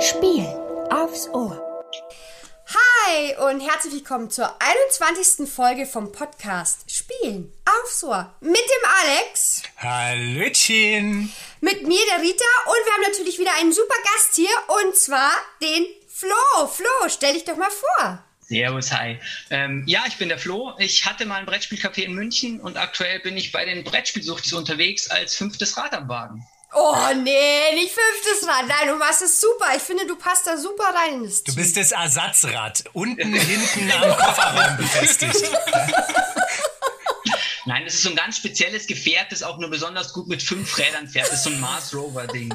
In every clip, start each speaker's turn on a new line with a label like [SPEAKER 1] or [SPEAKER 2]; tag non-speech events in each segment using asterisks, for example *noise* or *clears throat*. [SPEAKER 1] Spiel aufs Ohr.
[SPEAKER 2] Hi und herzlich willkommen zur 21. Folge vom Podcast Spielen aufs Ohr mit dem Alex,
[SPEAKER 3] Hallöchen!
[SPEAKER 2] mit mir der Rita und wir haben natürlich wieder einen super Gast hier und zwar den Flo. Flo, stell dich doch mal vor.
[SPEAKER 4] Servus, hi. Ähm, ja, ich bin der Flo. Ich hatte mal ein Brettspielcafé in München und aktuell bin ich bei den Brettspielsuchtis unterwegs als fünftes Rad am Wagen.
[SPEAKER 2] Oh nee, nicht fünftes Rad. Nein, du machst es super. Ich finde, du passt da super rein in das
[SPEAKER 3] Du
[SPEAKER 2] Team.
[SPEAKER 3] bist das Ersatzrad, unten, hinten
[SPEAKER 2] *laughs*
[SPEAKER 3] am Kofferraum befestigt.
[SPEAKER 4] Nein, das ist so ein ganz spezielles Gefährt, das auch nur besonders gut mit fünf Rädern fährt. Das ist so ein Mars Rover Ding.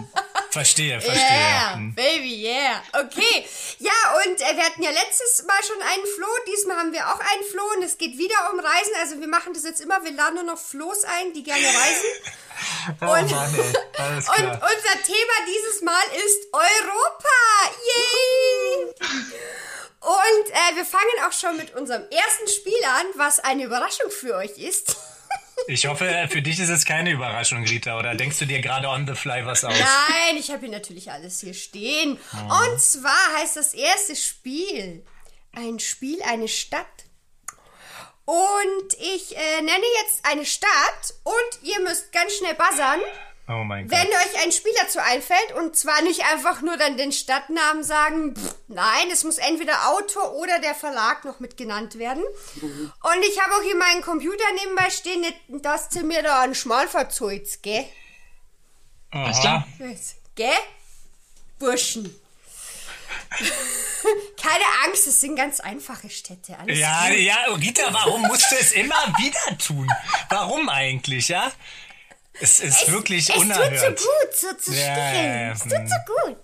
[SPEAKER 3] Verstehe, verstehe.
[SPEAKER 2] Yeah,
[SPEAKER 3] Hm.
[SPEAKER 2] baby, yeah. Okay. Ja, und äh, wir hatten ja letztes Mal schon einen Floh. Diesmal haben wir auch einen Floh und es geht wieder um Reisen. Also wir machen das jetzt immer. Wir laden nur noch Flohs ein, die gerne reisen.
[SPEAKER 3] Oh
[SPEAKER 2] Und-
[SPEAKER 3] Mann, ey. Alles
[SPEAKER 2] Und
[SPEAKER 3] klar.
[SPEAKER 2] unser Thema dieses Mal ist Europa. Yay! Und äh, wir fangen auch schon mit unserem ersten Spiel an, was eine Überraschung für euch ist.
[SPEAKER 3] Ich hoffe, für dich ist es keine Überraschung, Rita, oder denkst du dir gerade on the fly was aus?
[SPEAKER 2] Nein, ich habe hier natürlich alles hier stehen. Und zwar heißt das erste Spiel ein Spiel, eine Stadt. Und ich äh, nenne jetzt eine Stadt und ihr müsst ganz schnell buzzern,
[SPEAKER 3] Oh mein
[SPEAKER 2] wenn
[SPEAKER 3] Gott.
[SPEAKER 2] euch ein Spiel dazu einfällt. Und zwar nicht einfach nur dann den Stadtnamen sagen. Pff, nein, es muss entweder Autor oder der Verlag noch mit genannt werden. Und ich habe auch hier meinen Computer nebenbei stehen, dass sie mir da einen Schmal verzeugt, gell?
[SPEAKER 4] Alles klar?
[SPEAKER 2] Yes. Gell? Burschen. *laughs* Keine Angst, es sind ganz einfache Städte. Alles
[SPEAKER 3] Ja,
[SPEAKER 2] gut.
[SPEAKER 3] ja, oh, Rita, warum musst du es immer wieder tun? Warum eigentlich, ja? Es ist wirklich
[SPEAKER 2] es
[SPEAKER 3] unerhört.
[SPEAKER 2] tut so gut, so zu
[SPEAKER 3] Ja,
[SPEAKER 2] stehen.
[SPEAKER 3] ja, Also ja.
[SPEAKER 2] Es tut so gut.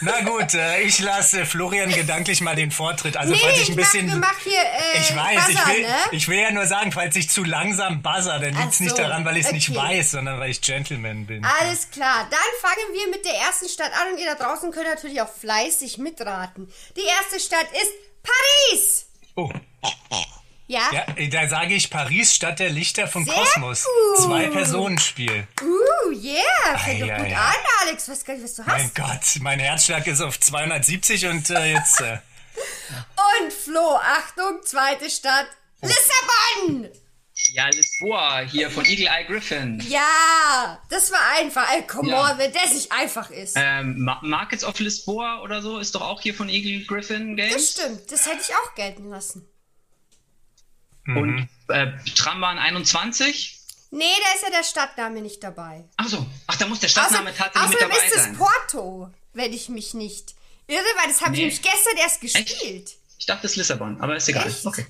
[SPEAKER 3] Na gut, äh, ich lasse Florian gedanklich mal den Vortritt. Also
[SPEAKER 2] Nee,
[SPEAKER 3] falls ich
[SPEAKER 2] ich
[SPEAKER 3] ein
[SPEAKER 2] mach-
[SPEAKER 3] bisschen,
[SPEAKER 2] wir machen hier, äh,
[SPEAKER 3] ich weiß,
[SPEAKER 2] Buzzer,
[SPEAKER 3] ich will,
[SPEAKER 2] ne?
[SPEAKER 3] ich will ja nur sagen, falls ich zu langsam buzzer, dann
[SPEAKER 2] Ach
[SPEAKER 3] liegt's
[SPEAKER 2] so,
[SPEAKER 3] nicht daran, weil ich es nicht
[SPEAKER 2] okay. Ah.
[SPEAKER 3] weiß, sondern weil ich Gentleman bin.
[SPEAKER 2] Alles klar, dann fangen wir mit der ersten Stadt an und ihr da draußen könnt natürlich auch fleißig mitraten. Die erste Stadt ist Paris.
[SPEAKER 3] Oh,
[SPEAKER 2] Ja?
[SPEAKER 3] ja, da sage ich Paris statt der Lichter von
[SPEAKER 2] Sehr
[SPEAKER 3] Kosmos.
[SPEAKER 2] gut.
[SPEAKER 3] Zwei Personenspiel.
[SPEAKER 2] Uh, yeah. Fängt doch
[SPEAKER 3] ja,
[SPEAKER 2] gut
[SPEAKER 3] ja.
[SPEAKER 2] an, Alex. Weiß gar nicht, was du hast.
[SPEAKER 3] Mein Gott, mein Herzschlag ist auf 270 und äh,
[SPEAKER 2] *laughs*
[SPEAKER 3] jetzt äh,
[SPEAKER 2] Und Flo, Achtung, zweite Stadt. Lissabon!
[SPEAKER 4] Ja, Lisboa, hier von Eagle Eye Griffin.
[SPEAKER 2] Ja, das war einfach. Ey, come
[SPEAKER 4] Ja.
[SPEAKER 2] on, wenn das nicht einfach ist.
[SPEAKER 4] Ähm, Ma Markets of Lisboa oder so ist doch auch hier von Eagle Griffin
[SPEAKER 2] Das
[SPEAKER 4] Games.
[SPEAKER 2] stimmt, das hätte ich auch gelten lassen.
[SPEAKER 4] Und äh, Trambahn 21.
[SPEAKER 2] Nee, da ist ja der Stadtname nicht dabei.
[SPEAKER 4] Ach so, ach, da muss der
[SPEAKER 2] Außerdem,
[SPEAKER 4] Stadtname tatsächlich mit
[SPEAKER 2] außerdem
[SPEAKER 4] dabei
[SPEAKER 2] ist es
[SPEAKER 4] sein.
[SPEAKER 2] Porto, wenn ich mich nicht irre, weil das habe
[SPEAKER 4] Nee.
[SPEAKER 2] ich nämlich gestern erst gespielt.
[SPEAKER 4] Ich dachte, es ist Lissabon, aber ist egal.
[SPEAKER 2] Echt?
[SPEAKER 4] Okay.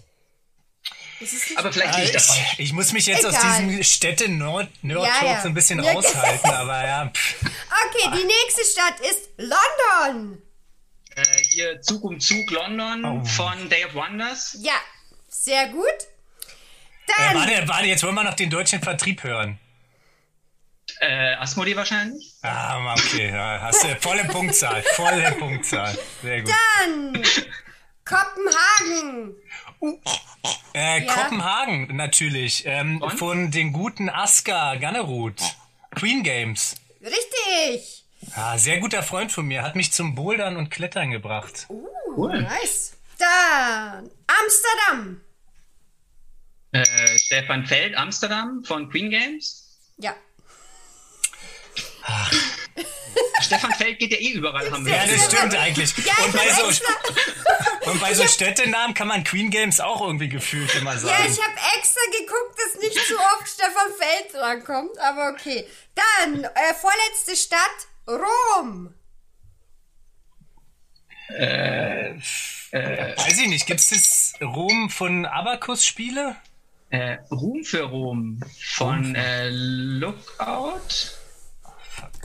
[SPEAKER 2] Das ist nicht
[SPEAKER 4] Aber vielleicht liege ich da falsch.
[SPEAKER 3] ich, ich muss mich jetzt aus
[SPEAKER 2] Egal.
[SPEAKER 3] diesem Städte-Nerd-Talk
[SPEAKER 2] Ja, ja.
[SPEAKER 3] so ein bisschen
[SPEAKER 2] Ja. *laughs*
[SPEAKER 3] raushalten, aber ja, pff.
[SPEAKER 2] okay,
[SPEAKER 4] Ah.
[SPEAKER 2] die nächste Stadt ist London.
[SPEAKER 4] Äh, hier Zug um Zug London
[SPEAKER 3] Oh.
[SPEAKER 4] von Day of Wonders.
[SPEAKER 2] Ja, sehr gut.
[SPEAKER 3] Äh,
[SPEAKER 2] Dann,
[SPEAKER 3] warte, warte, jetzt wollen wir noch den deutschen Vertrieb hören.
[SPEAKER 4] Äh, Asmodee wahrscheinlich.
[SPEAKER 3] Ah, okay, ja, hast du volle Punktzahl, volle Punktzahl. Sehr gut.
[SPEAKER 2] dann Kopenhagen.
[SPEAKER 3] Äh,
[SPEAKER 2] Ja.
[SPEAKER 3] Kopenhagen natürlich, ähm, von den guten Aska Gannerud, Queen Games.
[SPEAKER 2] Richtig.
[SPEAKER 3] Ah, sehr guter Freund von mir, hat mich zum Bouldern und Klettern gebracht.
[SPEAKER 2] Oh.
[SPEAKER 4] Cool.
[SPEAKER 2] Nice. Dann Amsterdam.
[SPEAKER 4] Äh, Stefan Feld, Amsterdam von Queen Games.
[SPEAKER 2] Ja.
[SPEAKER 4] Stefan Feld geht ja eh überall, haben wir
[SPEAKER 3] Ja, das
[SPEAKER 4] gesehen.
[SPEAKER 3] stimmt eigentlich.
[SPEAKER 2] Ja, ich
[SPEAKER 3] und, bei
[SPEAKER 2] hab
[SPEAKER 3] so,
[SPEAKER 2] extra,
[SPEAKER 3] und bei so Städtenamen kann man Queen Games auch irgendwie gefühlt immer
[SPEAKER 2] ja,
[SPEAKER 3] sagen.
[SPEAKER 2] ich hab extra geguckt, dass nicht zu oft Stefan Feld drankommt, aber okay. Dann, äh, vorletzte Stadt, Rom.
[SPEAKER 3] Äh, Weiß ich nicht, gibt's das Rom von Abacus-Spiele?
[SPEAKER 4] Äh, Ruhm für Rom von äh, Lookout.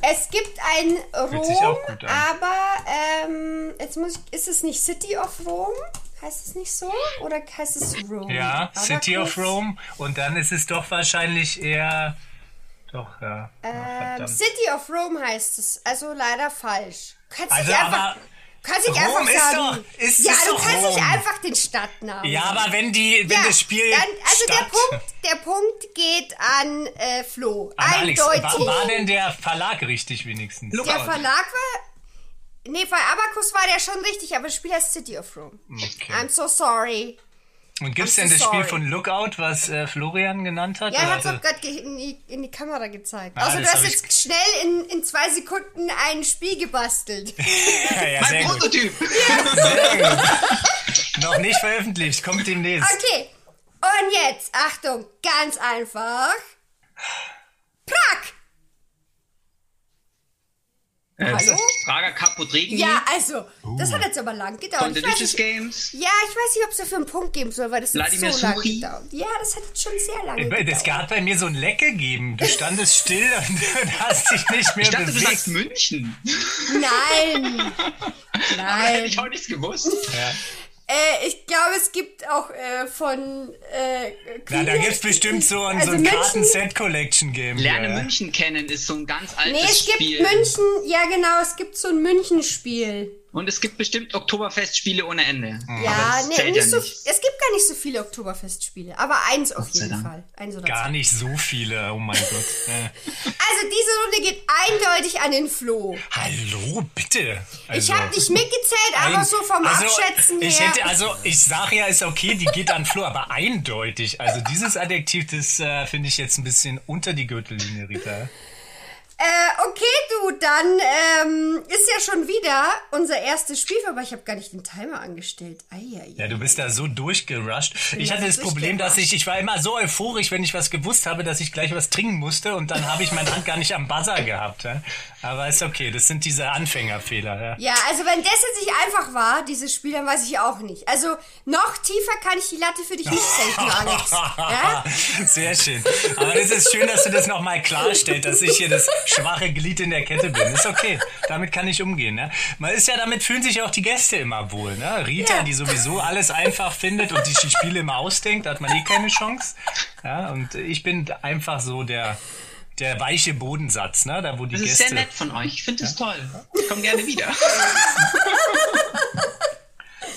[SPEAKER 2] Es gibt ein
[SPEAKER 3] sich
[SPEAKER 2] Rom,
[SPEAKER 3] auch gut an.
[SPEAKER 2] aber ähm, jetzt muss ich, ist es nicht City of Rome? Heißt es nicht so? Oder heißt es Rome?
[SPEAKER 3] Ja,
[SPEAKER 2] Aber
[SPEAKER 3] City of
[SPEAKER 2] kurz.
[SPEAKER 3] Rome. Und dann ist es doch wahrscheinlich eher. Doch, ja. Ach,
[SPEAKER 2] Ähm,
[SPEAKER 3] verdammt.
[SPEAKER 2] City of Rome heißt es, also leider falsch. Kannst
[SPEAKER 3] Also,
[SPEAKER 2] dich einfach,
[SPEAKER 3] aber
[SPEAKER 2] kannst dich
[SPEAKER 3] Rom
[SPEAKER 2] einfach
[SPEAKER 3] ist
[SPEAKER 2] sagen.
[SPEAKER 3] doch- ist-
[SPEAKER 2] ja,
[SPEAKER 3] ist
[SPEAKER 2] du
[SPEAKER 3] doch
[SPEAKER 2] kannst nicht
[SPEAKER 3] Rom.
[SPEAKER 2] einfach den Stadtnamen.
[SPEAKER 3] ja,
[SPEAKER 2] sagen.
[SPEAKER 3] aber wenn die, wenn
[SPEAKER 2] Ja,
[SPEAKER 3] das Spiel.
[SPEAKER 2] dann, also der
[SPEAKER 3] statt-
[SPEAKER 2] Punkt, der Punkt geht an äh, Flo.
[SPEAKER 3] Aber Alex,
[SPEAKER 2] Eindeutig.
[SPEAKER 3] war, war denn der Verlag richtig wenigstens?
[SPEAKER 2] der Verlag war Nee, bei Abacus war der schon richtig, aber das Spiel heißt City of Rome.
[SPEAKER 3] Okay.
[SPEAKER 2] I'm so sorry.
[SPEAKER 3] Und gibt's
[SPEAKER 2] I'm
[SPEAKER 3] denn
[SPEAKER 2] so
[SPEAKER 3] das Spiel
[SPEAKER 2] sorry.
[SPEAKER 3] von Lookout, was äh, Florian genannt hat?
[SPEAKER 2] Ja, er
[SPEAKER 3] Oder
[SPEAKER 2] hat
[SPEAKER 3] hatte-
[SPEAKER 2] auch gerade ge- in, die- in die Kamera gezeigt.
[SPEAKER 3] Also- Ah,
[SPEAKER 2] also du
[SPEAKER 3] das
[SPEAKER 2] hast
[SPEAKER 3] hab ich-
[SPEAKER 2] jetzt schnell in, in zwei Sekunden ein Spiel gebastelt.
[SPEAKER 3] *laughs* ja, ja,
[SPEAKER 4] Mein
[SPEAKER 3] sehr gut.
[SPEAKER 4] Prototyp.
[SPEAKER 3] Noch nicht veröffentlicht, kommt demnächst.
[SPEAKER 2] *laughs* Okay, und jetzt, Achtung, ganz einfach. Prag!
[SPEAKER 4] Äh,
[SPEAKER 2] Hallo?
[SPEAKER 4] Prager Kapodregen.
[SPEAKER 2] Ja, also, das hat jetzt aber lang gedauert.
[SPEAKER 4] Von The
[SPEAKER 2] Ich weiß
[SPEAKER 4] Lucius
[SPEAKER 2] nicht,
[SPEAKER 4] Games.
[SPEAKER 2] ja, ich weiß nicht, ob es dafür einen Punkt geben soll, weil das
[SPEAKER 4] Wladimir
[SPEAKER 2] ist so lange
[SPEAKER 4] Suchi.
[SPEAKER 2] gedauert. Ja, das hat jetzt schon sehr lange gedauert.
[SPEAKER 3] Es hat bei mir so ein Leck gegeben. Du standest still und, *laughs* und hast dich nicht mehr
[SPEAKER 4] Ich dachte, du
[SPEAKER 3] bewegt.
[SPEAKER 4] sagst München. *laughs*
[SPEAKER 2] Nein!
[SPEAKER 4] Hätte
[SPEAKER 2] Nein.
[SPEAKER 4] ich auch nichts gewusst.
[SPEAKER 2] Äh, ich glaube, es gibt auch äh, von. Äh,
[SPEAKER 3] Na, da gibt's bestimmt so ein,
[SPEAKER 2] Also
[SPEAKER 3] so ein
[SPEAKER 2] München-
[SPEAKER 3] Karten-Set-Collection-Game.
[SPEAKER 4] Lerne
[SPEAKER 3] hier, ja.
[SPEAKER 4] München kennen ist so ein ganz altes
[SPEAKER 2] Nee, es gibt
[SPEAKER 4] Spiel.
[SPEAKER 2] München. Ja, genau, es gibt so ein München-Spiel.
[SPEAKER 4] Und es gibt bestimmt Oktoberfestspiele ohne Ende.
[SPEAKER 2] Ja,
[SPEAKER 4] das
[SPEAKER 2] nee,
[SPEAKER 4] zählt
[SPEAKER 2] nicht
[SPEAKER 4] ja
[SPEAKER 2] so,
[SPEAKER 4] nicht.
[SPEAKER 2] es gibt gar nicht so viele Oktoberfestspiele, aber eins auf
[SPEAKER 4] sei
[SPEAKER 2] jeden
[SPEAKER 4] Dank.
[SPEAKER 2] Fall. Eins oder
[SPEAKER 3] Gar
[SPEAKER 2] zwei.
[SPEAKER 3] nicht so viele, oh mein Gott. Ja.
[SPEAKER 2] Also diese Runde geht eindeutig an den Flo.
[SPEAKER 3] Hallo, bitte.
[SPEAKER 2] Ich
[SPEAKER 3] Also-
[SPEAKER 2] habe nicht mitgezählt, aber
[SPEAKER 3] Ein-
[SPEAKER 2] so vom
[SPEAKER 3] also,
[SPEAKER 2] Abschätzen
[SPEAKER 3] ich
[SPEAKER 2] her.
[SPEAKER 3] Hätte, also ich sage ja, ist okay, die geht an Flo, aber eindeutig. Also dieses Adjektiv, das äh, finde ich jetzt ein bisschen unter die Gürtellinie, Rita.
[SPEAKER 2] äh, okay, du, dann ähm, ist ja schon wieder unser erstes Spiel, aber ich habe gar nicht den Timer angestellt. Eieiei.
[SPEAKER 3] Ja, du bist da so durchgerusht. Ich
[SPEAKER 2] da
[SPEAKER 3] hatte
[SPEAKER 2] so
[SPEAKER 3] das Problem, dass ich, ich war immer so euphorisch, wenn ich was gewusst habe, dass ich gleich was trinken musste und dann habe ich meine Hand gar nicht am Buzzer gehabt. Ja? Aber ist okay, das sind diese Anfängerfehler. Ja?
[SPEAKER 2] Ja, also wenn das jetzt nicht einfach war, dieses Spiel, dann weiß ich auch nicht. Also noch tiefer kann ich die Latte für dich nicht senken,
[SPEAKER 3] *laughs*
[SPEAKER 2] Alex. Ja?
[SPEAKER 3] Sehr schön. Aber es ist schön, dass du das nochmal klarstellst, dass ich hier das schwache Glied in der Kette bin. Ist okay. Damit kann ich umgehen. Ne? Man ist ja, damit fühlen sich auch die Gäste immer wohl. Ne? Rita,
[SPEAKER 2] Ja.
[SPEAKER 3] die sowieso alles einfach findet und sich die Spiele immer ausdenkt, da hat man eh keine Chance. Ja, und ich bin einfach so der, der weiche Bodensatz, ne? da wo die
[SPEAKER 4] Das Also ist
[SPEAKER 3] Gäste.
[SPEAKER 4] sehr nett von euch. Ich finde es toll. Ich komme
[SPEAKER 2] *laughs*
[SPEAKER 4] gerne wieder.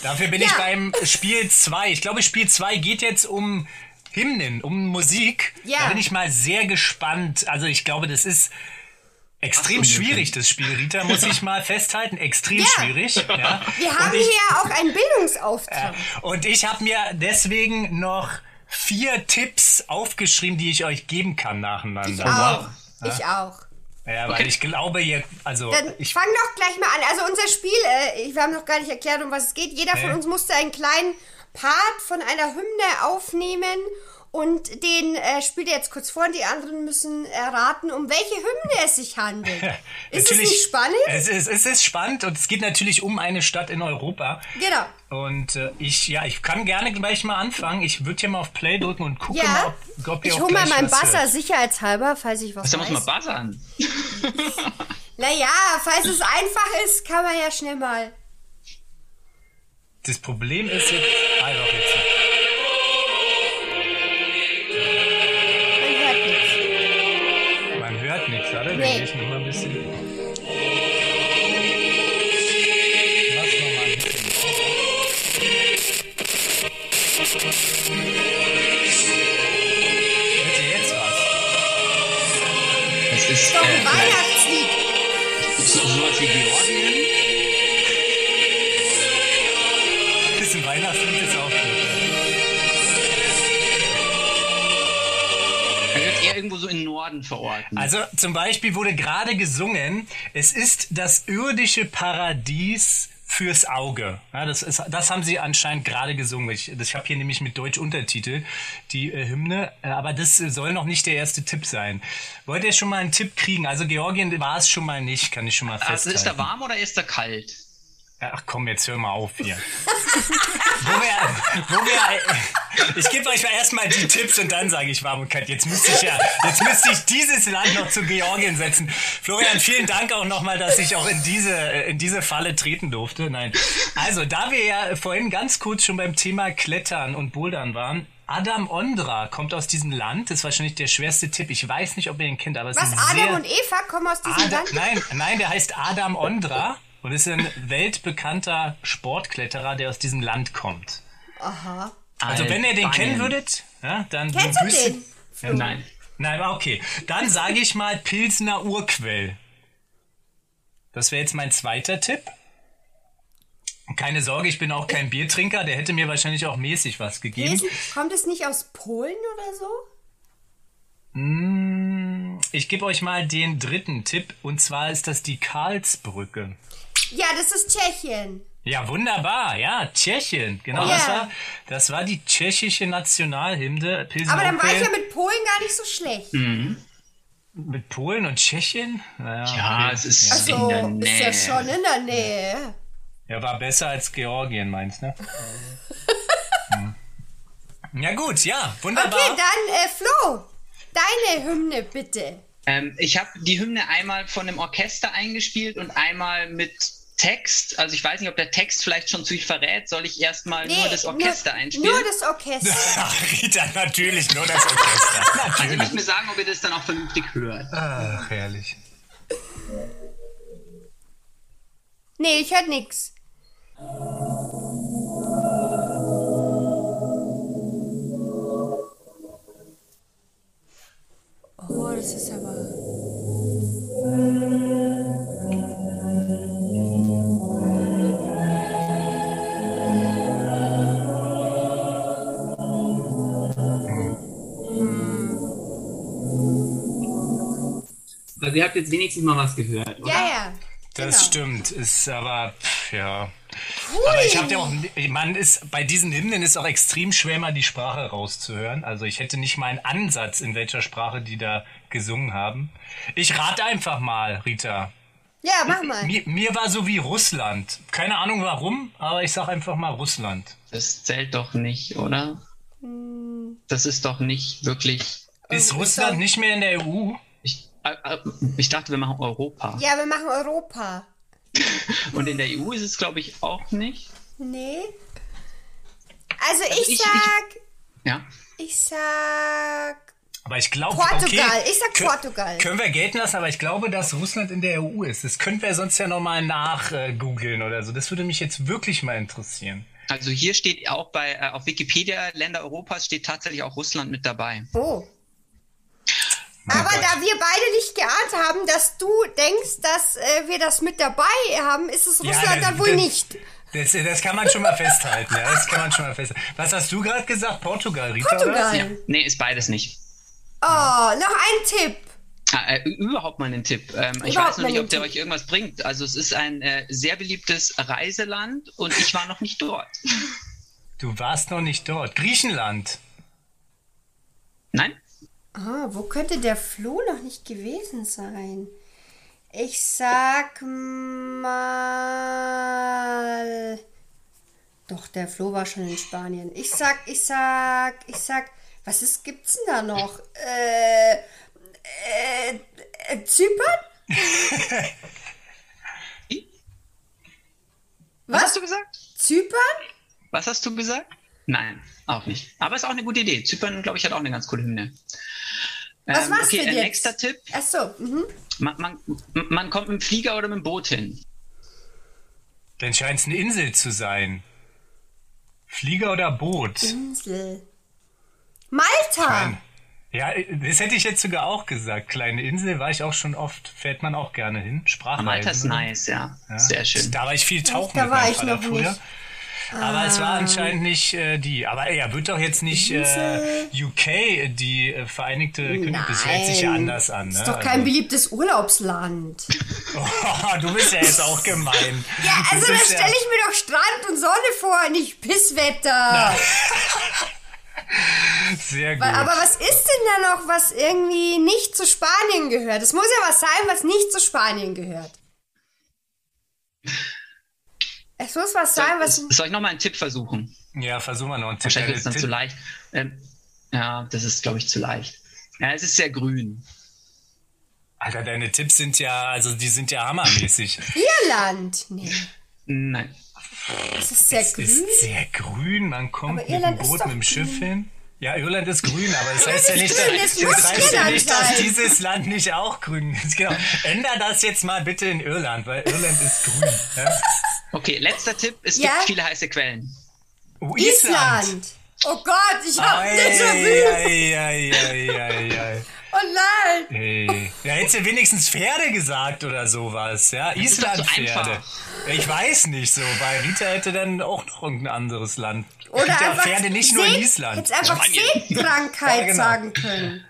[SPEAKER 3] Dafür bin
[SPEAKER 2] Ja.
[SPEAKER 3] ich beim Spiel 2. Ich glaube, Spiel 2 geht jetzt um Hymnen, um Musik.
[SPEAKER 2] Ja.
[SPEAKER 3] Da bin ich mal sehr gespannt. Also ich glaube, das ist extrem
[SPEAKER 4] Ach so,
[SPEAKER 3] schwierig, das Spiel, Rita, muss ich mal festhalten. Extrem
[SPEAKER 2] Ja.
[SPEAKER 3] schwierig. Ja.
[SPEAKER 2] Wir haben
[SPEAKER 3] Und ich,
[SPEAKER 2] hier auch einen Bildungsauftrag.
[SPEAKER 3] und ich habe mir deswegen noch vier Tipps aufgeschrieben, die ich euch geben kann nacheinander.
[SPEAKER 2] auch.
[SPEAKER 4] wow.
[SPEAKER 2] Ich auch.
[SPEAKER 3] Ja, weil ich glaube, ihr, also
[SPEAKER 2] Dann
[SPEAKER 3] ich
[SPEAKER 2] fang doch gleich mal an. Also unser Spiel, äh, ich- wir haben noch gar nicht erklärt, um was es geht. Jeder von
[SPEAKER 3] Nee.
[SPEAKER 2] uns musste einen kleinen Part von einer Hymne aufnehmen und den äh, spielt er jetzt kurz vor und die anderen müssen erraten, um welche Hymne es sich
[SPEAKER 3] *laughs*
[SPEAKER 2] handelt. Ist es
[SPEAKER 3] Natürlich-
[SPEAKER 2] nicht spannend?
[SPEAKER 3] Es ist, es ist spannend und es geht natürlich um eine Stadt in Europa.
[SPEAKER 2] Genau.
[SPEAKER 3] Und äh, ich, ja, ich kann gerne gleich mal anfangen. Ich würde hier mal auf Play drücken und gucken,
[SPEAKER 2] Ja.
[SPEAKER 3] ob, ob genau. ihr
[SPEAKER 2] Ich
[SPEAKER 3] auch
[SPEAKER 2] hol mal
[SPEAKER 3] gleich
[SPEAKER 2] meinen
[SPEAKER 3] was äh,
[SPEAKER 2] Basser
[SPEAKER 3] hört.
[SPEAKER 2] sicherheitshalber, falls ich was
[SPEAKER 4] Da
[SPEAKER 2] weiß.
[SPEAKER 4] muss man buzzern.
[SPEAKER 2] Naja, falls es einfach ist, kann man ja schnell mal.
[SPEAKER 3] Das Problem ist jetzt... Ah, doch, jetzt.
[SPEAKER 2] Man hört nichts.
[SPEAKER 3] Man hört nichts, oder?
[SPEAKER 2] Nee.
[SPEAKER 3] Nee. Ich noch mal ein bisschen... Lass noch mal ein bisschen. Bitte jetzt was.
[SPEAKER 4] Das ist
[SPEAKER 2] Doch ein
[SPEAKER 4] äh,
[SPEAKER 2] Weihnachtslied.
[SPEAKER 4] so, sowas wie Georgien.
[SPEAKER 3] Ein bisschen Weihnachtslied ist auch gut.
[SPEAKER 4] Er wird eher irgendwo so im Norden verorten.
[SPEAKER 3] Also zum Beispiel wurde gerade gesungen, es ist das irdische Paradies fürs Auge. Ja, das, ist, das haben sie anscheinend gerade gesungen. Ich, das- ich habe hier nämlich mit Deutsch Untertitel die äh, Hymne, äh, aber das äh, soll noch nicht der erste Tipp sein. Wollt ihr schon mal einen Tipp kriegen? Also Georgien war es schon mal nicht, kann ich schon mal
[SPEAKER 4] also
[SPEAKER 3] festhalten.
[SPEAKER 4] ist da warm oder ist da kalt?
[SPEAKER 3] Ach komm, jetzt hör mal auf hier. *laughs* wo wir, wo wir, ich gebe euch mal erstmal die Tipps und dann sage ich warm und kalt. Jetzt müsste ich ja, jetzt müsste ich dieses Land noch zu Georgien setzen. Florian, vielen Dank auch nochmal, dass ich auch in diese, in diese Falle treten durfte. Nein. Also, da wir ja vorhin ganz kurz schon beim Thema Klettern und Bouldern waren, Adam Ondra kommt aus diesem Land. Das ist wahrscheinlich der schwerste Tipp. Ich weiß nicht, ob ihr ihn kennt, aber es
[SPEAKER 2] Was
[SPEAKER 3] ist ein sehr
[SPEAKER 2] Adam und Eva kommen aus diesem
[SPEAKER 3] Adam,
[SPEAKER 2] Land?
[SPEAKER 3] nein, nein, der heißt Adam Ondra und ist ein weltbekannter Sportkletterer, der aus diesem Land kommt.
[SPEAKER 2] Aha.
[SPEAKER 3] Also wenn ihr den
[SPEAKER 4] Albanien.
[SPEAKER 3] kennen würdet, ja, dann
[SPEAKER 2] Kennst du
[SPEAKER 3] begrüßt-
[SPEAKER 2] den?
[SPEAKER 4] Nein.
[SPEAKER 3] Nein, okay. Dann sage ich mal Pilsner Urquell. Das wäre jetzt mein zweiter Tipp. Keine Sorge, ich bin auch kein Biertrinker. Der hätte mir wahrscheinlich auch mäßig was gegeben.
[SPEAKER 2] Lesen, kommt es nicht aus Polen oder so?
[SPEAKER 3] Mm, Ich gebe euch mal den dritten Tipp. Und zwar ist das die Karlsbrücke.
[SPEAKER 2] Ja, das ist Tschechien.
[SPEAKER 3] Ja, wunderbar. Ja, Tschechien. Genau,
[SPEAKER 2] Ja.
[SPEAKER 3] das, war, das war die tschechische Nationalhymne. Pilsen
[SPEAKER 2] Aber dann war
[SPEAKER 3] Opel
[SPEAKER 2] ich ja mit Polen gar nicht so schlecht.
[SPEAKER 4] Mhm.
[SPEAKER 3] mit Polen und Tschechien. Naja,
[SPEAKER 4] Ja, es ist in
[SPEAKER 2] Also,
[SPEAKER 4] der
[SPEAKER 2] ist
[SPEAKER 4] Nähe.
[SPEAKER 2] ja schon in der Nähe.
[SPEAKER 3] Ja, war besser als Georgien, meinst ne? Hm. Ja gut, ja, wunderbar.
[SPEAKER 2] Okay, dann äh, Flo, deine Hymne bitte.
[SPEAKER 4] Ähm, ich habe die Hymne einmal von einem Orchester eingespielt und einmal mit Text. Also ich weiß nicht, ob der Text vielleicht schon zu viel verrät. Soll ich erstmal nur das Orchester einspielen?
[SPEAKER 2] Nur das Orchester.
[SPEAKER 3] *laughs*
[SPEAKER 4] *laughs*
[SPEAKER 3] Ach, Rita, natürlich, nur das Orchester.
[SPEAKER 4] also ihr
[SPEAKER 3] natürlich.
[SPEAKER 4] müsst mir sagen, ob ihr das dann auch vernünftig hört.
[SPEAKER 3] Ach, herrlich.
[SPEAKER 2] Nee, ich hör nix. Oh, das ist aber.
[SPEAKER 5] Also ihr habt jetzt wenigstens mal was gehört, oder?
[SPEAKER 2] Ja, ja.
[SPEAKER 3] Das
[SPEAKER 2] Genau.
[SPEAKER 3] stimmt, ist aber, pff, ja. Aber ich habe ja auch, man ist, bei diesen Hymnen ist auch extrem schwer, mal die Sprache rauszuhören. Also ich hätte nicht mal einen Ansatz, in welcher Sprache die da gesungen haben. Ich rate einfach mal, Rita.
[SPEAKER 2] Ja, mach mal.
[SPEAKER 3] Mir, mir war so wie Russland. Keine Ahnung warum, aber ich sag einfach mal Russland.
[SPEAKER 4] Das zählt doch nicht, oder? Das ist doch nicht wirklich.
[SPEAKER 3] Ist Russland nicht mehr in der E EU?
[SPEAKER 4] Ich, äh, äh, ich dachte, wir machen Europa.
[SPEAKER 2] Ja, wir machen Europa.
[SPEAKER 4] Und in der EU ist es, glaube ich, auch nicht.
[SPEAKER 2] Nee. Also ich
[SPEAKER 4] ich-
[SPEAKER 2] sag.
[SPEAKER 4] Ja.
[SPEAKER 2] Ich sag.
[SPEAKER 3] Aber ich glaube,
[SPEAKER 2] Portugal.
[SPEAKER 3] okay,
[SPEAKER 2] Ich sag
[SPEAKER 3] kö-
[SPEAKER 2] Portugal.
[SPEAKER 3] Können wir gelten lassen, aber ich glaube, dass Russland in der EU ist. Das könnten wir sonst ja nochmal nachgoogeln äh, googeln oder so. Das würde mich jetzt wirklich mal interessieren.
[SPEAKER 4] Also hier steht auch bei äh, auf Wikipedia Länder Europas steht tatsächlich auch Russland mit dabei.
[SPEAKER 2] Oh. Aber
[SPEAKER 3] Gott.
[SPEAKER 2] da wir beide nicht geahnt haben, dass du denkst, dass äh, wir das mit dabei haben, ist es Russland
[SPEAKER 3] das-
[SPEAKER 2] dann wohl
[SPEAKER 3] das-
[SPEAKER 2] nicht.
[SPEAKER 3] Das, das kann man schon mal festhalten. ja, das kann man schon mal festhalten. Was hast du gerade gesagt? Portugal, Rita? Oder?
[SPEAKER 4] Ja.
[SPEAKER 2] Portugal.
[SPEAKER 4] Nee, ist beides nicht.
[SPEAKER 2] Oh, noch ein Tipp.
[SPEAKER 4] Ah, äh, überhaupt mal einen Tipp. Ähm, ich
[SPEAKER 2] Überhaupt
[SPEAKER 4] weiß noch
[SPEAKER 2] mal
[SPEAKER 4] nicht,
[SPEAKER 2] einen
[SPEAKER 4] ob der
[SPEAKER 2] Tipp.
[SPEAKER 4] euch irgendwas bringt. Also es ist ein äh, sehr beliebtes Reiseland und ich war noch nicht dort.
[SPEAKER 3] Du warst noch nicht dort. Griechenland.
[SPEAKER 4] Nein?
[SPEAKER 2] Ah, wo könnte der Flo noch nicht gewesen sein? Ich sag mal. Doch, der Flo war schon in Spanien. Ich sag, ich sag, ich sag. Was ist, gibt's denn da noch? Äh. äh, äh Zypern?
[SPEAKER 4] Was hast du gesagt?
[SPEAKER 2] Zypern?
[SPEAKER 4] Was hast du gesagt? Nein, auch nicht. Aber ist auch eine gute Idee. Zypern, glaube ich, hat auch eine ganz coole Hymne.
[SPEAKER 2] Was war's
[SPEAKER 4] okay,
[SPEAKER 2] denn
[SPEAKER 4] äh,
[SPEAKER 2] jetzt?
[SPEAKER 4] nächster Tipp.
[SPEAKER 2] Ach so, mhm.
[SPEAKER 4] Man, man, man kommt mit dem Flieger oder mit dem Boot hin.
[SPEAKER 3] Dann scheint es eine Insel zu sein. Flieger oder Boot?
[SPEAKER 2] Insel. Malta.
[SPEAKER 3] Ja, das hätte ich jetzt sogar auch gesagt. Kleine Insel war ich auch schon oft. Fährt man auch gerne hin. Sprachreisen.
[SPEAKER 4] Malta ist nice, ja. Sehr schön.
[SPEAKER 3] Da war ich viel tauchen
[SPEAKER 2] Da
[SPEAKER 3] mit
[SPEAKER 2] war
[SPEAKER 3] meinem
[SPEAKER 2] ich
[SPEAKER 3] Vater
[SPEAKER 2] noch
[SPEAKER 3] früher.
[SPEAKER 2] nicht. Ah.
[SPEAKER 3] Aber es war anscheinend nicht äh, die. Aber er ja, wird doch jetzt nicht äh, UK, äh, die äh, Vereinigte Königreich. Das hört sich ja
[SPEAKER 2] Nein.
[SPEAKER 3] anders an. Ne?
[SPEAKER 2] Ist doch kein beliebtes Urlaubsland.
[SPEAKER 3] oh, *laughs* du bist ja jetzt auch gemein.
[SPEAKER 2] Ja, also da
[SPEAKER 3] *laughs* Das ist ja-
[SPEAKER 2] stelle ich mir doch Strand und Sonne vor, nicht Pisswetter.
[SPEAKER 3] Sehr gut.
[SPEAKER 2] Aber was ist denn da noch, was irgendwie nicht zu Spanien gehört? Es muss ja was sein, was nicht zu Spanien gehört. Es muss was sein, was.
[SPEAKER 4] Soll ich nochmal einen Tipp versuchen?
[SPEAKER 3] ja, versuchen wir noch einen Tipp.
[SPEAKER 4] Wahrscheinlich wird es dann
[SPEAKER 3] Tipp-
[SPEAKER 4] zu leicht. Ähm, ja, das ist, glaube ich, zu leicht. Ja, es ist sehr grün.
[SPEAKER 3] Alter, deine Tipps sind ja, also die sind ja hammermäßig.
[SPEAKER 2] Irland. Nee,
[SPEAKER 4] Nein.
[SPEAKER 2] das ist sehr
[SPEAKER 3] Es
[SPEAKER 2] grün.
[SPEAKER 3] ist sehr grün, man
[SPEAKER 2] Aber
[SPEAKER 3] kommt mit dem
[SPEAKER 2] Irland ist
[SPEAKER 3] Boot,
[SPEAKER 2] doch
[SPEAKER 3] mit dem Schiff hin. Ja, Irland ist grün, aber das heißt ja nicht,
[SPEAKER 2] grün,
[SPEAKER 3] dass,
[SPEAKER 2] es muss
[SPEAKER 3] das heißt ja
[SPEAKER 2] Irland
[SPEAKER 3] nicht, dass
[SPEAKER 2] sein.
[SPEAKER 3] dieses Land nicht auch grün ist. Genau. Änder das jetzt mal bitte in Irland, weil Irland ist grün. Ja?
[SPEAKER 4] Okay, letzter Tipp. Es
[SPEAKER 2] Ja?
[SPEAKER 4] gibt viele heiße Quellen.
[SPEAKER 3] Oh,
[SPEAKER 2] Island. Oh Gott, ich hab
[SPEAKER 3] Ei,
[SPEAKER 2] Déjà-vu.
[SPEAKER 3] ei, ei, ei, ei, ei.
[SPEAKER 2] Und nein!
[SPEAKER 3] Ey, da hättest du wenigstens Pferde gesagt oder sowas, ja?
[SPEAKER 4] ist doch so
[SPEAKER 3] Island-Pferde. ich weiß nicht so, weil Rita hätte dann auch noch irgendein anderes Land.
[SPEAKER 2] Oder
[SPEAKER 3] Gibt ja
[SPEAKER 2] einfach
[SPEAKER 3] Pferde nicht nur in
[SPEAKER 2] Seh-
[SPEAKER 3] Island.
[SPEAKER 2] Jetzt einfach Sehkrankheit
[SPEAKER 3] *laughs* Ja, genau.
[SPEAKER 2] sagen können.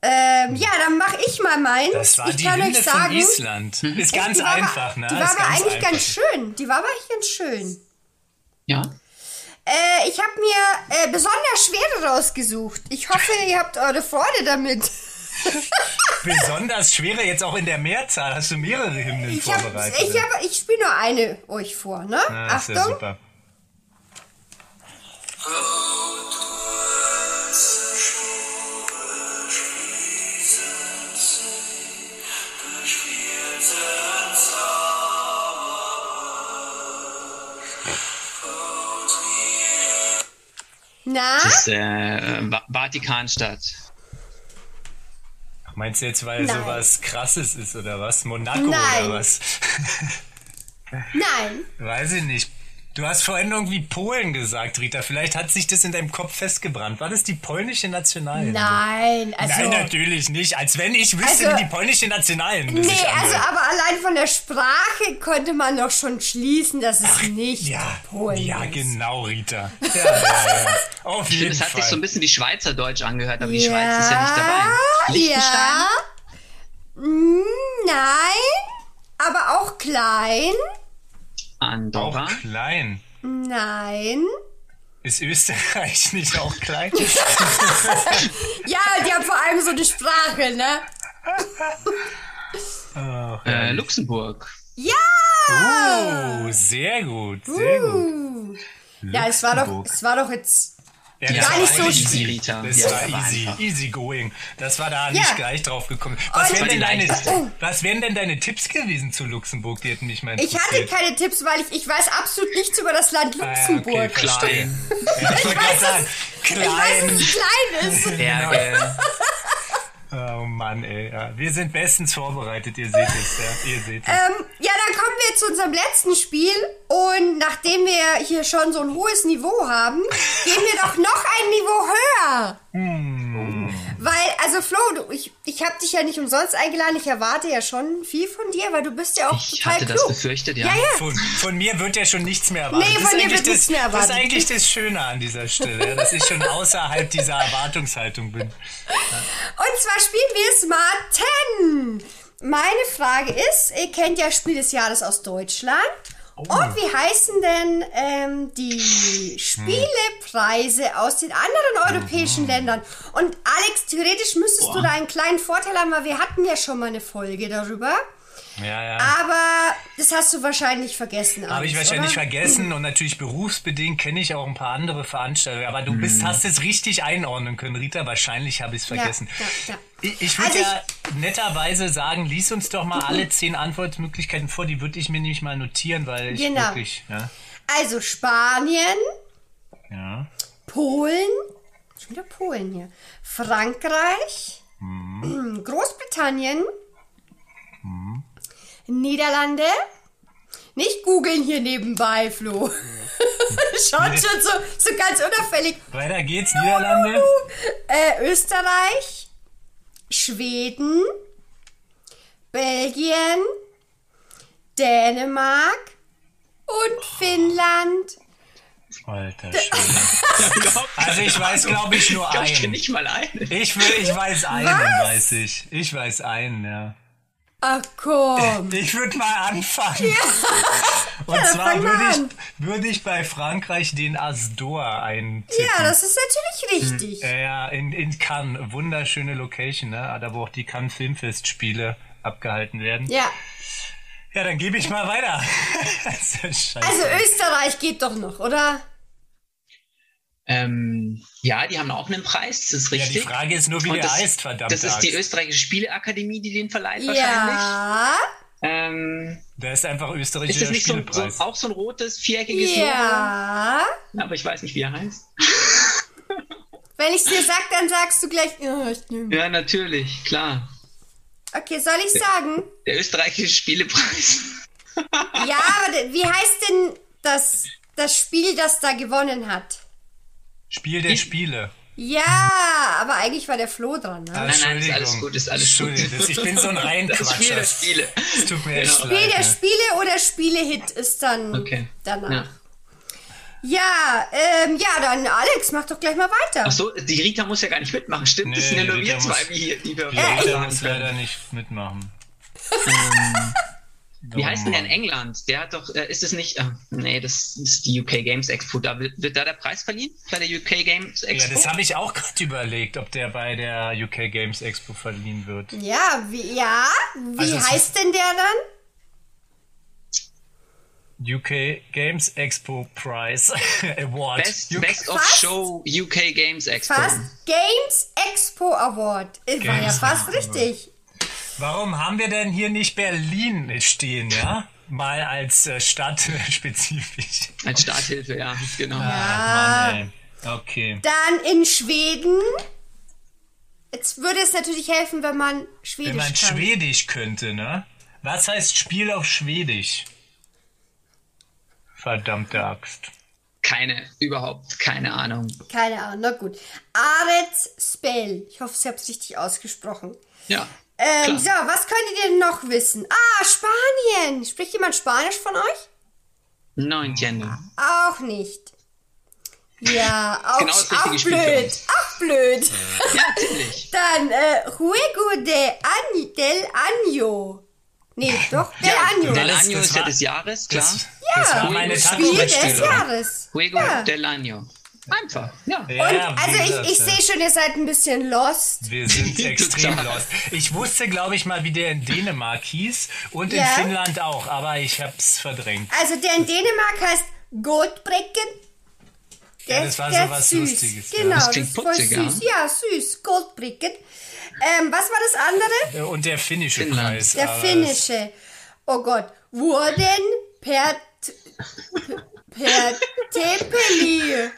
[SPEAKER 2] Ähm, ja, dann mache ich mal meins.
[SPEAKER 3] Das war
[SPEAKER 2] ich
[SPEAKER 3] die
[SPEAKER 2] kann
[SPEAKER 3] Hymne
[SPEAKER 2] euch sagen,
[SPEAKER 3] von Island. Ist ganz
[SPEAKER 2] die war, aber-
[SPEAKER 3] einfach, ne?
[SPEAKER 2] Die war
[SPEAKER 3] Ist
[SPEAKER 2] aber
[SPEAKER 3] ganz
[SPEAKER 2] eigentlich
[SPEAKER 3] einfach.
[SPEAKER 2] ganz schön. Die war aber eigentlich ganz schön.
[SPEAKER 4] Ja.
[SPEAKER 2] Äh, ich habe mir äh, besonders schwere rausgesucht. Ich hoffe, ihr habt eure Freude damit.
[SPEAKER 3] Besonders schwere, jetzt auch in der Mehrzahl. Hast du mehrere Hymnen
[SPEAKER 2] Ich, hab,
[SPEAKER 3] vorbereitet?
[SPEAKER 2] ich, hab, ich spiele nur eine euch vor, ne?
[SPEAKER 3] ja, Ist ja
[SPEAKER 2] Achtung.
[SPEAKER 3] super.
[SPEAKER 2] Na?
[SPEAKER 4] Das ist äh, Va- Vatikanstadt.
[SPEAKER 3] Meinst du jetzt, weil
[SPEAKER 2] Nein.
[SPEAKER 3] sowas krasses ist oder was? Monaco
[SPEAKER 2] Nein.
[SPEAKER 3] oder was? *laughs*
[SPEAKER 2] Nein.
[SPEAKER 3] Weiß ich nicht. Du hast vorhin irgendwie Polen gesagt, Rita. Vielleicht hat sich das in deinem Kopf festgebrannt. War das die polnische Nationalhymne?
[SPEAKER 2] Nein. Also,
[SPEAKER 3] Nein, natürlich nicht. Als wenn ich wüsste,
[SPEAKER 2] Also-
[SPEAKER 3] wie die polnische Nationalhymne
[SPEAKER 2] Nee,
[SPEAKER 3] sich
[SPEAKER 2] also
[SPEAKER 3] anhört.
[SPEAKER 2] aber allein von der Sprache konnte man doch schon schließen, dass es nicht
[SPEAKER 3] Ja,
[SPEAKER 2] Polen
[SPEAKER 3] ja,
[SPEAKER 2] ist.
[SPEAKER 3] genau,
[SPEAKER 2] *laughs*
[SPEAKER 3] Rita. Ja, ja, ja. Auf jeden
[SPEAKER 4] Das hat
[SPEAKER 3] Fall.
[SPEAKER 4] sich so ein bisschen wie Schweizerdeutsch angehört, aber die
[SPEAKER 2] Ja,
[SPEAKER 4] Schweiz ist ja nicht dabei. Liechtenstein?
[SPEAKER 2] Ja. Mm, Nein, aber auch klein.
[SPEAKER 4] Andorra?
[SPEAKER 3] auch klein.
[SPEAKER 2] Nein.
[SPEAKER 3] Ist Österreich *laughs* nicht auch klein?
[SPEAKER 2] Ja, die haben vor allem so eine Sprache, ne?
[SPEAKER 4] Äh, Luxemburg.
[SPEAKER 2] Ja!
[SPEAKER 3] oh, sehr gut, sehr
[SPEAKER 2] Uh.
[SPEAKER 3] gut.
[SPEAKER 2] Ja, es war doch,
[SPEAKER 3] Luxemburg.
[SPEAKER 2] es war doch jetzt.
[SPEAKER 3] Ja,
[SPEAKER 4] Ja,
[SPEAKER 2] Gar nicht so
[SPEAKER 3] easy.
[SPEAKER 4] schwierig, Rita.
[SPEAKER 3] Das
[SPEAKER 4] Ja,
[SPEAKER 3] war
[SPEAKER 4] das war
[SPEAKER 3] easy,
[SPEAKER 4] einfach.
[SPEAKER 3] easy going. Das war da
[SPEAKER 2] Ja. Oh,
[SPEAKER 3] nicht gleich drauf gekommen. Was
[SPEAKER 2] Und-
[SPEAKER 3] wären, denn
[SPEAKER 4] Das war die
[SPEAKER 3] deine,
[SPEAKER 4] leichteste.
[SPEAKER 3] was wären denn deine Tipps gewesen zu Luxemburg? Die hätten mich mal
[SPEAKER 2] Ich hatte
[SPEAKER 3] interessiert.
[SPEAKER 2] keine Tipps, weil ich, ich weiß absolut nichts über das Land
[SPEAKER 3] Ah,
[SPEAKER 2] Luxemburg.
[SPEAKER 3] Okay, verstehe.
[SPEAKER 4] Klein.
[SPEAKER 3] Ja, ich wollte gerade sagen,
[SPEAKER 2] ich weiß, dass
[SPEAKER 3] klein.
[SPEAKER 2] es klein ist.
[SPEAKER 4] Berge.
[SPEAKER 3] Oh Mann, ey. Ja. Wir sind bestens vorbereitet, ihr seht es. Ja. Ihr seht es.
[SPEAKER 2] Ähm, ja, dann kommen wir zu unserem letzten Spiel. Und nachdem wir hier schon so ein hohes Niveau
[SPEAKER 4] *laughs*
[SPEAKER 2] haben, gehen wir doch noch ein Niveau höher.
[SPEAKER 4] Hm.
[SPEAKER 2] Weil, also Flo, du, ich, ich habe dich ja nicht umsonst eingeladen. Ich erwarte ja schon viel von dir, weil du bist ja auch
[SPEAKER 4] Ich
[SPEAKER 2] total
[SPEAKER 4] hatte das
[SPEAKER 2] klug.
[SPEAKER 4] befürchtet, ja.
[SPEAKER 2] ja, ja.
[SPEAKER 3] Von, von mir wird ja schon nichts mehr erwartet.
[SPEAKER 2] Nee,
[SPEAKER 3] Das
[SPEAKER 2] von
[SPEAKER 3] ist
[SPEAKER 2] dir
[SPEAKER 3] eigentlich
[SPEAKER 2] wird
[SPEAKER 3] das,
[SPEAKER 2] nichts mehr
[SPEAKER 3] Das ist
[SPEAKER 2] erwartet.
[SPEAKER 3] eigentlich das Schöne an dieser Stelle, ja, dass ich schon außerhalb dieser Erwartungshaltung bin.
[SPEAKER 2] Und zwar spielen wir Smart 10. Meine Frage ist, ihr kennt ja Spiel des Jahres aus Deutschland.
[SPEAKER 3] Oh.
[SPEAKER 2] Und wie heißen denn ähm, die
[SPEAKER 3] Hm.
[SPEAKER 2] Spielepreise aus den anderen europäischen
[SPEAKER 3] Mhm.
[SPEAKER 2] Ländern? Und Alex, theoretisch müsstest du da einen kleinen Vorteil haben, weil wir hatten ja schon mal eine Folge darüber.
[SPEAKER 3] Ja, ja.
[SPEAKER 2] Ah, Aber das hast du wahrscheinlich vergessen.
[SPEAKER 3] Habe ich
[SPEAKER 2] Alex,
[SPEAKER 3] wahrscheinlich
[SPEAKER 2] oder?
[SPEAKER 3] vergessen und natürlich berufsbedingt kenne ich auch ein paar andere Veranstaltungen. Aber du bist, hast es richtig einordnen können, Rita. Wahrscheinlich habe ich es vergessen.
[SPEAKER 2] ja, ja.
[SPEAKER 3] Ich, ich würde
[SPEAKER 2] Also Mhm.
[SPEAKER 3] ja netterweise sagen, lies uns doch mal alle zehn Antwortmöglichkeiten vor. Die würde ich mir nämlich mal notieren, weil ich
[SPEAKER 2] Genau.
[SPEAKER 3] wirklich. Ja,
[SPEAKER 2] Also Spanien,
[SPEAKER 3] ja.
[SPEAKER 2] Polen, schon wieder Polen hier, Frankreich, *clears throat* Großbritannien, Niederlande. Nicht googeln hier nebenbei, Flo. Schaut *laughs* schon so, so ganz unauffällig.
[SPEAKER 3] Weiter geht's, Niederlande.
[SPEAKER 2] Äh, Österreich, Schweden, Belgien, Dänemark und Finnland.
[SPEAKER 3] Alter Schwede.
[SPEAKER 2] *laughs* genau.
[SPEAKER 3] Also ich weiß, glaube ich, nur
[SPEAKER 4] Ich kenne
[SPEAKER 3] einen.
[SPEAKER 4] nicht mal einen.
[SPEAKER 3] Ich, will, ich weiß einen, weiß ich. Ich weiß einen, ja.
[SPEAKER 2] Ach komm.
[SPEAKER 3] Ich würde mal anfangen. Und zwar
[SPEAKER 2] fang mal
[SPEAKER 3] würde
[SPEAKER 2] an.
[SPEAKER 3] ich, würd ich bei Frankreich den Asdor eintippen.
[SPEAKER 2] Ja, das ist natürlich
[SPEAKER 4] Hm,
[SPEAKER 2] richtig.
[SPEAKER 4] äh.
[SPEAKER 3] Ja, ja, in, in Cannes. Wunderschöne Location, ne? Da wo auch die Cannes Filmfestspiele abgehalten werden. Ja,
[SPEAKER 2] Ja.
[SPEAKER 3] dann gebe ich mal weiter. *laughs* Das ist ja scheiße.
[SPEAKER 2] Also Österreich geht doch noch, oder?
[SPEAKER 4] Ähm, ja, die haben auch einen Preis, das ist
[SPEAKER 3] ja,
[SPEAKER 4] richtig.
[SPEAKER 3] die Frage ist nur, wie
[SPEAKER 4] Und
[SPEAKER 3] der heißt, verdammt.
[SPEAKER 4] Das ist die österreichische Spieleakademie, die den verleiht wahrscheinlich.
[SPEAKER 2] Ja.
[SPEAKER 4] Ähm,
[SPEAKER 3] Da ist einfach
[SPEAKER 4] ist das
[SPEAKER 3] österreichischer
[SPEAKER 4] nicht so, so,
[SPEAKER 3] Spielepreis.
[SPEAKER 4] auch so ein rotes, viereckiges
[SPEAKER 2] Ja.
[SPEAKER 4] Logo? Aber ich weiß nicht, wie er heißt.
[SPEAKER 2] Wenn ich dir sag, dann sagst du gleich. "Ja, ich nehm."
[SPEAKER 4] Ja, natürlich, klar.
[SPEAKER 2] Okay, soll ich sagen?
[SPEAKER 4] Der österreichische Spielepreis.
[SPEAKER 2] Ja, aber de- wie heißt denn das, das Spiel, das da gewonnen hat?
[SPEAKER 3] Spiel der Spiele.
[SPEAKER 2] Ja, aber eigentlich war der Flo dran. Ne?
[SPEAKER 4] Nein, nein, ist alles gut, ist alles gut.
[SPEAKER 3] Entschuldigung, das- ich bin so ein
[SPEAKER 4] *laughs* Das Spiel
[SPEAKER 3] Reinquatscher.
[SPEAKER 4] der Spiele.
[SPEAKER 3] Es tut mir echt
[SPEAKER 4] Genau.
[SPEAKER 2] Spiel
[SPEAKER 3] leid.
[SPEAKER 2] der
[SPEAKER 3] ne?
[SPEAKER 2] Spiele oder Spielehit ist dann
[SPEAKER 4] Okay.
[SPEAKER 2] danach.
[SPEAKER 4] Ja.
[SPEAKER 2] Ja, ähm, ja, dann Alex, mach doch gleich mal weiter.
[SPEAKER 4] Ach so, die Rita muss ja gar nicht mitmachen, stimmt? das
[SPEAKER 3] Nee,
[SPEAKER 4] sind ja nur
[SPEAKER 3] die
[SPEAKER 4] wir
[SPEAKER 3] Rita
[SPEAKER 4] zwei,
[SPEAKER 3] muss-
[SPEAKER 4] die hier, die wir
[SPEAKER 2] äh,
[SPEAKER 3] Ja,
[SPEAKER 4] mitmachen
[SPEAKER 3] ich muss
[SPEAKER 4] können.
[SPEAKER 3] leider nicht mitmachen.
[SPEAKER 4] Wie heißt denn der in England? Der hat doch, äh, ist es nicht, ah, nee, das ist die UK Games Expo. Da wird, wird da der Preis verliehen? Bei der UK Games
[SPEAKER 3] Ja,
[SPEAKER 4] Expo?
[SPEAKER 3] das habe ich auch *laughs* gerade überlegt, ob der bei der UK Games Expo verliehen wird.
[SPEAKER 2] Ja, wie, ja, wie
[SPEAKER 3] Also es-
[SPEAKER 2] heißt denn der dann?
[SPEAKER 3] UK Games Expo Prize *laughs* Award.
[SPEAKER 4] Best,
[SPEAKER 3] UK
[SPEAKER 4] Best of
[SPEAKER 2] Fast.
[SPEAKER 4] Show UK Games Expo.
[SPEAKER 2] Fast Games Expo Award. Äh, War ja
[SPEAKER 3] Games
[SPEAKER 2] fast richtig.
[SPEAKER 3] Warum haben wir denn hier nicht Berlin stehen, ja? Mal als äh, Stadt *laughs* spezifisch.
[SPEAKER 4] Als Starthilfe, ja, genau.
[SPEAKER 3] Ah. Mann, ey. Okay.
[SPEAKER 2] Dann in Schweden. Jetzt würde es natürlich helfen, wenn man Schwedisch
[SPEAKER 3] Wenn man
[SPEAKER 2] kann.
[SPEAKER 3] Schwedisch könnte, ne? Was heißt Spiel auf Schwedisch? Verdammte Axt.
[SPEAKER 4] Keine, überhaupt keine Ahnung.
[SPEAKER 2] Keine Ahnung, na gut. Arets Spell. Ich hoffe, ich habe es richtig ausgesprochen.
[SPEAKER 4] Ja.
[SPEAKER 2] Ähm,
[SPEAKER 4] Klar.
[SPEAKER 2] so, was könnt ihr denn noch wissen? Ah, Spanien. Spricht jemand Spanisch von euch?
[SPEAKER 4] Neun Jänner.
[SPEAKER 2] Auch nicht.
[SPEAKER 4] *laughs*
[SPEAKER 2] Ja, auch,
[SPEAKER 4] Genau das richtige
[SPEAKER 2] auch
[SPEAKER 4] Spiel für
[SPEAKER 2] blöd.
[SPEAKER 4] uns.
[SPEAKER 2] Auch blöd.
[SPEAKER 4] Ja, ziemlich.
[SPEAKER 2] Dann, äh, Juego de An del Año. Nee,
[SPEAKER 3] Äh,
[SPEAKER 2] doch, del Año.
[SPEAKER 4] Del
[SPEAKER 3] das-
[SPEAKER 4] Año
[SPEAKER 3] das
[SPEAKER 4] ist ja
[SPEAKER 3] war-
[SPEAKER 4] des Jahres, klar.
[SPEAKER 3] Das, das war
[SPEAKER 4] Ui,
[SPEAKER 3] meine
[SPEAKER 4] das
[SPEAKER 2] Spiel des
[SPEAKER 4] Spiel.
[SPEAKER 3] Taschenbeispiele.
[SPEAKER 2] Jahres.
[SPEAKER 4] Juego
[SPEAKER 2] Ja.
[SPEAKER 4] del Año. Einfach, ja.
[SPEAKER 2] Und,
[SPEAKER 3] Ja, wie
[SPEAKER 2] also ich, ich
[SPEAKER 3] gesagt,
[SPEAKER 2] sehe schon, ihr seid ein bisschen lost.
[SPEAKER 3] Wir *laughs* sind extrem
[SPEAKER 4] Total.
[SPEAKER 3] lost. Ich wusste, glaube ich, mal, wie der in Dänemark hieß und
[SPEAKER 2] Ja.
[SPEAKER 3] in Finnland auch, aber ich hab's verdrängt.
[SPEAKER 2] Also der in Dänemark heißt Goldbrecken. Der,
[SPEAKER 3] Ja, das war
[SPEAKER 2] der
[SPEAKER 3] so was
[SPEAKER 2] süß.
[SPEAKER 3] Lustiges, ja.
[SPEAKER 2] Genau,
[SPEAKER 4] Das
[SPEAKER 2] das,
[SPEAKER 4] klingt
[SPEAKER 2] ist voll
[SPEAKER 4] putzig, ja.
[SPEAKER 2] süß. Ja, süß, Goldbrecken. Ähm, was war das andere?
[SPEAKER 3] Äh, Und der finnische
[SPEAKER 4] Finnland.
[SPEAKER 3] Preis.
[SPEAKER 2] Der
[SPEAKER 3] aber
[SPEAKER 2] finnische. Oh Gott. Wurden per, per Tepeli.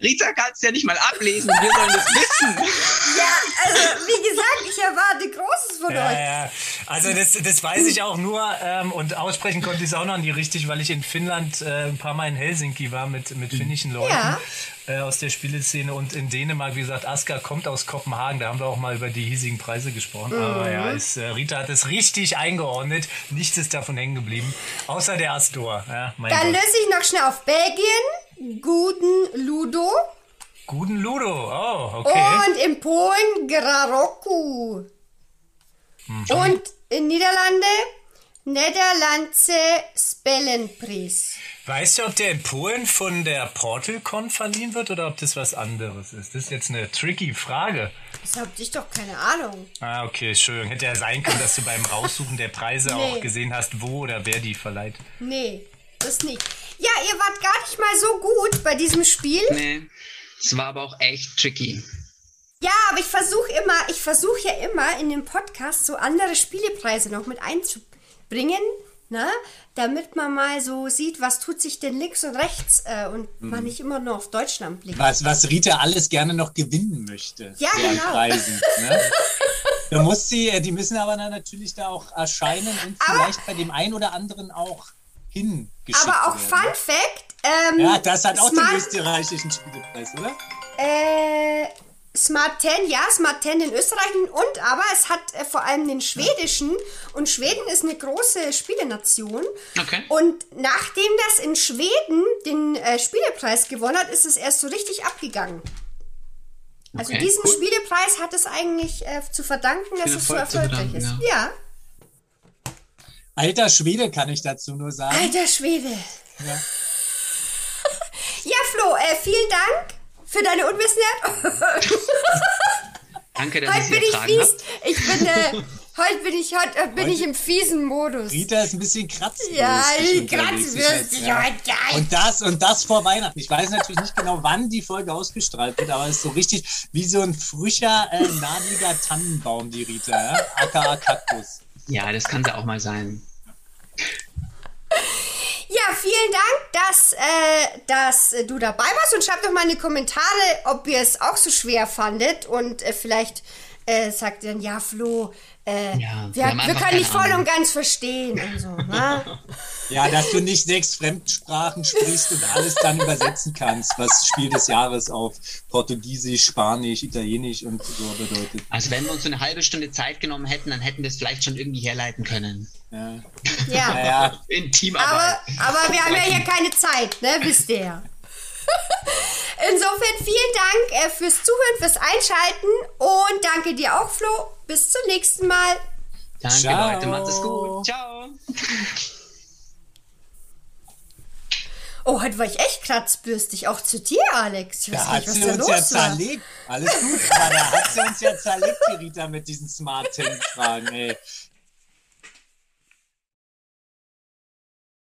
[SPEAKER 4] Rita kann es ja nicht mal ablesen, wir sollen
[SPEAKER 2] *laughs*
[SPEAKER 4] das wissen.
[SPEAKER 2] Ja, also wie gesagt, ich erwarte Großes von
[SPEAKER 3] Ja,
[SPEAKER 2] euch.
[SPEAKER 3] ja. Also das, das weiß ich auch nur ähm, und aussprechen konnte ich es auch noch nie richtig, weil ich in Finnland äh, ein paar Mal in Helsinki war mit, mit finnischen Leuten
[SPEAKER 2] Ja.
[SPEAKER 3] äh, aus der Spieleszene und in Dänemark, wie gesagt, Aska kommt aus Kopenhagen, da haben wir auch mal über die hiesigen Preise gesprochen, aber ja, es, äh, Rita hat es richtig eingeordnet, nichts ist davon hängen geblieben, außer der Astor. Ja, mein
[SPEAKER 2] Dann
[SPEAKER 3] Gott.
[SPEAKER 2] löse ich noch schnell auf Belgien, Guden Ludo
[SPEAKER 3] Guten Ludo, oh, okay.
[SPEAKER 2] und in Polen Graroku.
[SPEAKER 3] Mhm.
[SPEAKER 2] Und in Niederlande Nederlandse Spellenpries.
[SPEAKER 3] Weißt du, ob der in Polen von der PortalCon verliehen wird oder ob das was anderes ist? Das ist jetzt eine tricky Frage.
[SPEAKER 2] Das hab ich doch keine Ahnung.
[SPEAKER 3] Ah, okay, Entschuldigung. Hätte ja sein können, dass du beim Raussuchen der
[SPEAKER 2] Nee.
[SPEAKER 3] Preise auch gesehen hast, wo oder wer die verleiht.
[SPEAKER 2] Nee, das nicht. Ja, ihr wart gar nicht mal so gut bei diesem Spiel.
[SPEAKER 4] Nee, es war aber auch echt tricky.
[SPEAKER 2] Ja, aber ich versuche immer, ich versuche ja immer in dem Podcast so andere Spielepreise noch mit einzubringen, ne? Damit man mal so sieht, was tut sich denn links und rechts äh, und
[SPEAKER 6] Mhm.
[SPEAKER 2] man nicht immer nur auf Deutschland blickt.
[SPEAKER 6] was, was Rita alles gerne noch gewinnen möchte.
[SPEAKER 2] Ja,
[SPEAKER 6] an
[SPEAKER 2] genau.
[SPEAKER 6] Preisen, ne?
[SPEAKER 2] *laughs*
[SPEAKER 6] Da muss sie, äh, die müssen aber dann natürlich da auch erscheinen und vielleicht bei dem einen oder anderen auch hingeschickt
[SPEAKER 2] Aber auch
[SPEAKER 6] werden.
[SPEAKER 2] Fun Fact, ähm,
[SPEAKER 6] ne? Ja, das hat auch
[SPEAKER 2] Smart,
[SPEAKER 6] den österreichischen Spielepreis, oder?
[SPEAKER 2] äh, Smart 10, ja, Smart 10 in Österreich und aber es hat äh, vor allem den schwedischen und Schweden ist eine große Spielenation.
[SPEAKER 4] Okay.
[SPEAKER 2] Und nachdem das in Schweden den äh, Spielepreis gewonnen hat, ist es erst so richtig abgegangen. Also
[SPEAKER 4] Okay,
[SPEAKER 2] diesen
[SPEAKER 4] cool.
[SPEAKER 2] Spielepreis hat es eigentlich äh, zu verdanken, dass es so
[SPEAKER 4] Erfolg zu
[SPEAKER 2] erfolgreich ist.
[SPEAKER 4] verdanken,
[SPEAKER 2] Ja.
[SPEAKER 6] Alter Schwede kann ich dazu nur sagen.
[SPEAKER 2] Alter Schwede. *laughs* Ja, Flo, äh, vielen Dank für deine Unwissenheit.
[SPEAKER 4] Danke, dass
[SPEAKER 2] heute
[SPEAKER 4] ich
[SPEAKER 2] bin
[SPEAKER 4] es
[SPEAKER 2] ich
[SPEAKER 4] ertragen
[SPEAKER 2] fies.
[SPEAKER 4] habt.
[SPEAKER 2] Ich bin, äh, heute bin ich, heute, äh, bin ich im fiesen Modus.
[SPEAKER 6] Rita ist ein bisschen kratzig.
[SPEAKER 2] Ja,
[SPEAKER 6] unterwegs,
[SPEAKER 2] kratzbürstig
[SPEAKER 6] ja.
[SPEAKER 2] heute, ja.
[SPEAKER 6] Und das, und das vor Weihnachten. Ich weiß natürlich nicht genau, wann die Folge ausgestrahlt wird, aber es ist so richtig wie so ein frischer, äh, nadeliger Tannenbaum, die Rita. Ja? AKA Kaktus.
[SPEAKER 4] Ja, das kann ja auch mal sein.
[SPEAKER 2] Ja, vielen Dank, dass, äh, dass äh, du dabei warst und schreibt doch mal in die Kommentare, ob ihr es auch so schwer fandet und äh, vielleicht äh, sagt ihr dann, ja, Flo, äh,
[SPEAKER 4] Ja,
[SPEAKER 2] wir,
[SPEAKER 4] wir haben
[SPEAKER 2] wir
[SPEAKER 4] einfach
[SPEAKER 2] können dich
[SPEAKER 4] keine
[SPEAKER 2] voll und ganz verstehen und so, ne?
[SPEAKER 3] Ja, dass du nicht sechs Fremdsprachen sprichst und alles dann übersetzen kannst, was Spiel des Jahres auf Portugiesisch, Spanisch, Italienisch und so bedeutet.
[SPEAKER 4] Also wenn wir uns so eine halbe Stunde Zeit genommen hätten, dann hätten wir es vielleicht schon irgendwie herleiten können.
[SPEAKER 3] Ja.
[SPEAKER 2] Ja.
[SPEAKER 3] Naja,
[SPEAKER 4] In
[SPEAKER 2] Aber,
[SPEAKER 4] Teamarbeit.
[SPEAKER 2] aber wir haben ja hier keine Zeit, ne? Wisst ihr ja. *laughs* Insofern vielen Dank äh, fürs Zuhören, fürs Einschalten und danke dir auch, Flo. Bis zum nächsten Mal.
[SPEAKER 4] Danke
[SPEAKER 3] Ciao.
[SPEAKER 4] Leute, macht es gut. Ciao.
[SPEAKER 2] Oh, heute war ich echt kratzbürstig, auch zu dir, Alex. Ich weiß
[SPEAKER 3] da
[SPEAKER 2] nicht,
[SPEAKER 3] hat
[SPEAKER 2] was
[SPEAKER 3] sie
[SPEAKER 2] da
[SPEAKER 3] uns
[SPEAKER 2] los
[SPEAKER 3] ja
[SPEAKER 2] war.
[SPEAKER 3] zerlegt. Alles gut, aber da hat sie uns ja zerlegt, die Rita, mit diesen smarten Fragen, ey.